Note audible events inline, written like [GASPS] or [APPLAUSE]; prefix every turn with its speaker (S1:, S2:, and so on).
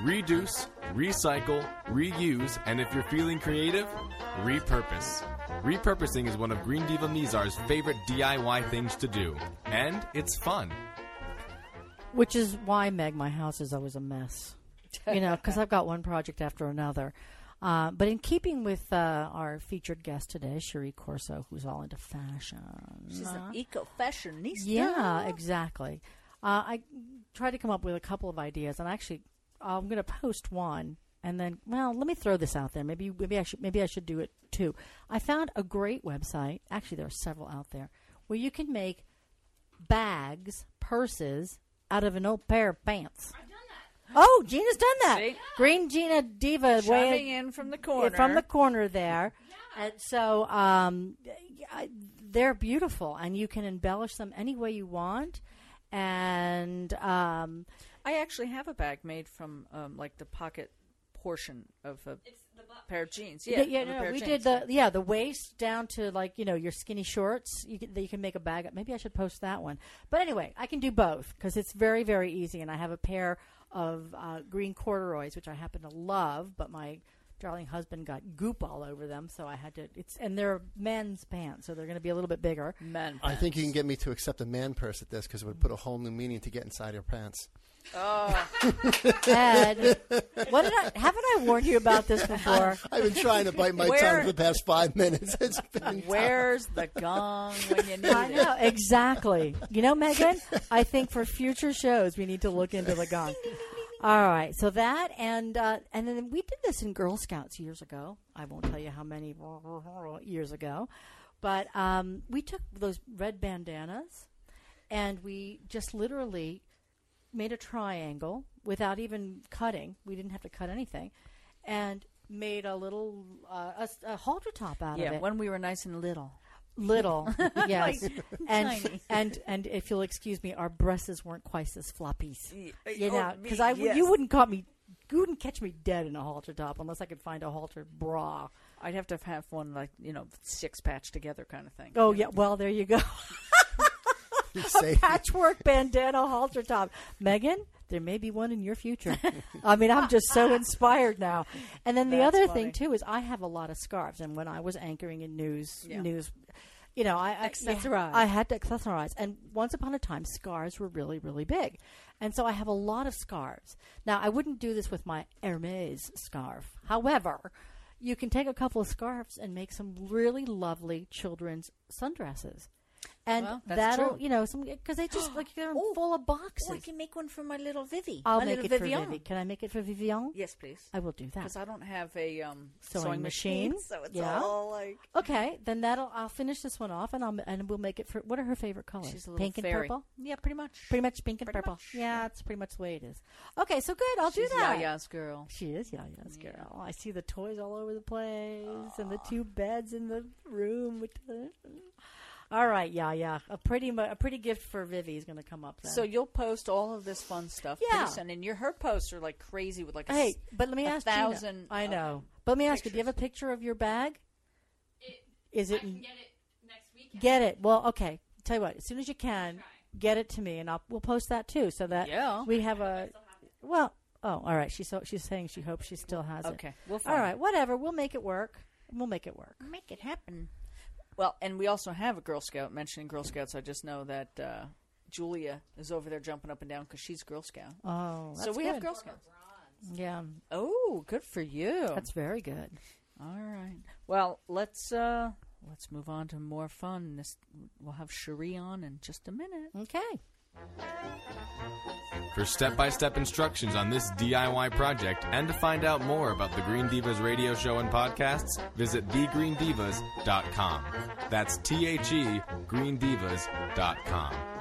S1: reduce, recycle, reuse, and if you're feeling creative, repurpose. Repurposing is one of Green Diva Mizar's favorite DIY things to do, and it's fun.
S2: Which is why, Meg, my house is always a mess.
S3: [LAUGHS]
S2: You know, because I've got one project after another. Uh, but in keeping with uh, our featured guest today, Cherie Corso, who's all into fashion.
S3: She's an eco fashionista.
S2: Yeah, exactly. Uh, I tried to come up with a couple of ideas, and actually, I'm going to post one, and then, well, let me throw this out there. Maybe, maybe I should, maybe I should do it too. I found a great website. Actually, there are several out there where you can make bags, purses out of an old pair of pants. I've done that. Oh, Gina's done that.
S3: See?
S2: Green Gina Diva
S3: Shoving
S2: way
S3: in from the corner.
S2: from the corner there. And so um, I- they're beautiful, and you can embellish them any way you want. And um,
S3: I actually have a bag made from um, like the pocket portion of a pair of jeans. Yeah,
S2: yeah, yeah,
S3: of a
S2: no,
S3: pair of
S2: we
S3: jeans.
S2: did the yeah the waist down to like you know your skinny shorts. You can, that you can make a bag. Maybe I should post that one. But anyway, I can do both because it's very very easy, and I have a pair of uh, green corduroys which I happen to love, but my darling husband got goop all over them, so I had to. It's and they're men's pants, so they're going to be a little bit bigger.
S3: men.
S4: I think you can get me to accept a man purse at this because it would put a whole new meaning to get inside your pants.
S2: Ed, what did I? Haven't I warned you about this before?
S4: I've been trying to bite my
S3: Where-
S4: tongue for the past five minutes. It's been
S3: [LAUGHS] [LAUGHS] Where's the gong when you
S2: [LAUGHS]
S3: need
S2: I
S3: it?
S2: know exactly. You know, Megan, I think for future shows we need to look into the gong. All right, so that and uh, and then we did this in Girl Scouts years ago. I won't tell you how many years ago, but um, we took those red bandanas and we just literally made a triangle without even cutting. We didn't have to cut anything, and made a little uh, a, s- a halter top out of
S3: Yeah,
S2: it
S3: when we were nice and little.
S2: little
S3: [LAUGHS]
S2: yes and
S3: tiny.
S2: and and if you'll excuse me our breasts weren't quite as floppies
S3: Y-
S2: you
S3: oh,
S2: know
S3: me,
S2: because i
S3: yes.
S2: you wouldn't caught me you wouldn't catch me dead in a halter top unless i could find a halter bra
S3: I'd have to have one like you know six patch together kind of thing.
S2: oh yeah well there you go
S4: safe.
S2: patchwork bandana halter top megan there may be one in your future i mean i'm just
S3: [LAUGHS]
S2: so inspired now and then the
S3: That's
S2: other
S3: funny.
S2: thing too is i have a lot of scarves and when i was anchoring in news
S3: Yeah.
S2: news you know, I I-
S3: Accessorize.
S2: I had to accessorize, and once upon a time, scarves were really, really big, and so I have a lot of scarves. Now, I wouldn't do this with my Hermes scarf. However, you can take a couple of scarves and make some really lovely children's sundresses, and
S3: Well, that's
S2: that'll
S3: true.
S2: you know some because they
S3: [GASPS]
S2: just like they're full of boxes.
S3: Oh, I can make one for my little Vivi.
S2: I'll
S3: my
S2: make it
S3: little
S2: for Vivi. Can I make it for Vivian?
S3: Yes, please.
S2: I will do that.
S3: Because I don't have a um,
S2: Sewing
S3: sewing,
S2: machine.
S3: machine, so it's
S2: Yeah.
S3: all like
S2: Okay, then that'll I'll finish this one off, and I'll and we'll make it for what are her favorite colors?
S3: she's a little
S2: Pink and
S3: fairy.
S2: purple.
S3: Yeah, pretty much.
S2: Pretty much pink and
S3: Pretty
S2: purple.
S3: much.
S2: Yeah, it's pretty much the way it is. Okay, so good. I'll
S3: She's
S2: do that.
S3: Yaya's girl.
S2: She is Yaya's girl. I see the toys all over the place and the two beds in the room. With the... All right, Yaya. A pretty mu- a pretty gift for Vivi is going to come up then.
S3: So you'll post all of this fun stuff,
S2: Yeah.
S3: please, and then your her posts are like crazy with like a
S2: hey,
S3: s-
S2: but let me
S3: a
S2: ask Gina.
S3: thousand.
S2: I
S3: um,
S2: know, but let me ask you. Do you have a picture of your bag? Is it?
S5: I can get it next weekend.
S2: Get it. Well, okay. Tell you what, as soon as you can, get it to me, and I'll we'll post that too, so that
S3: Yeah.
S2: we have a. Well, oh, all right. She's so, she's saying she hopes she still has it.
S3: Okay, we'll
S2: all
S3: find
S2: right,
S3: it.
S2: whatever. We'll make it work. We'll make it work.
S3: make it happen. Well, and we also have a Girl Scout. Mentioning Girl Scouts, I just know that uh, Julia is over there jumping up and down because she's Girl Scout.
S2: Oh,
S3: so
S2: that's
S3: we have
S2: good.
S3: Girl Scouts.
S2: Yeah,
S3: Oh, good for you.
S2: that's very good.
S3: All right. Well, let's uh let's move on to more fun. This we'll have Cherie on in just a minute.
S2: Okay.
S1: For step by step instructions on this DIY project and to find out more about the Green Divas radio show and podcasts, visit thegreendivas.com. That's T H E, greendivas.com.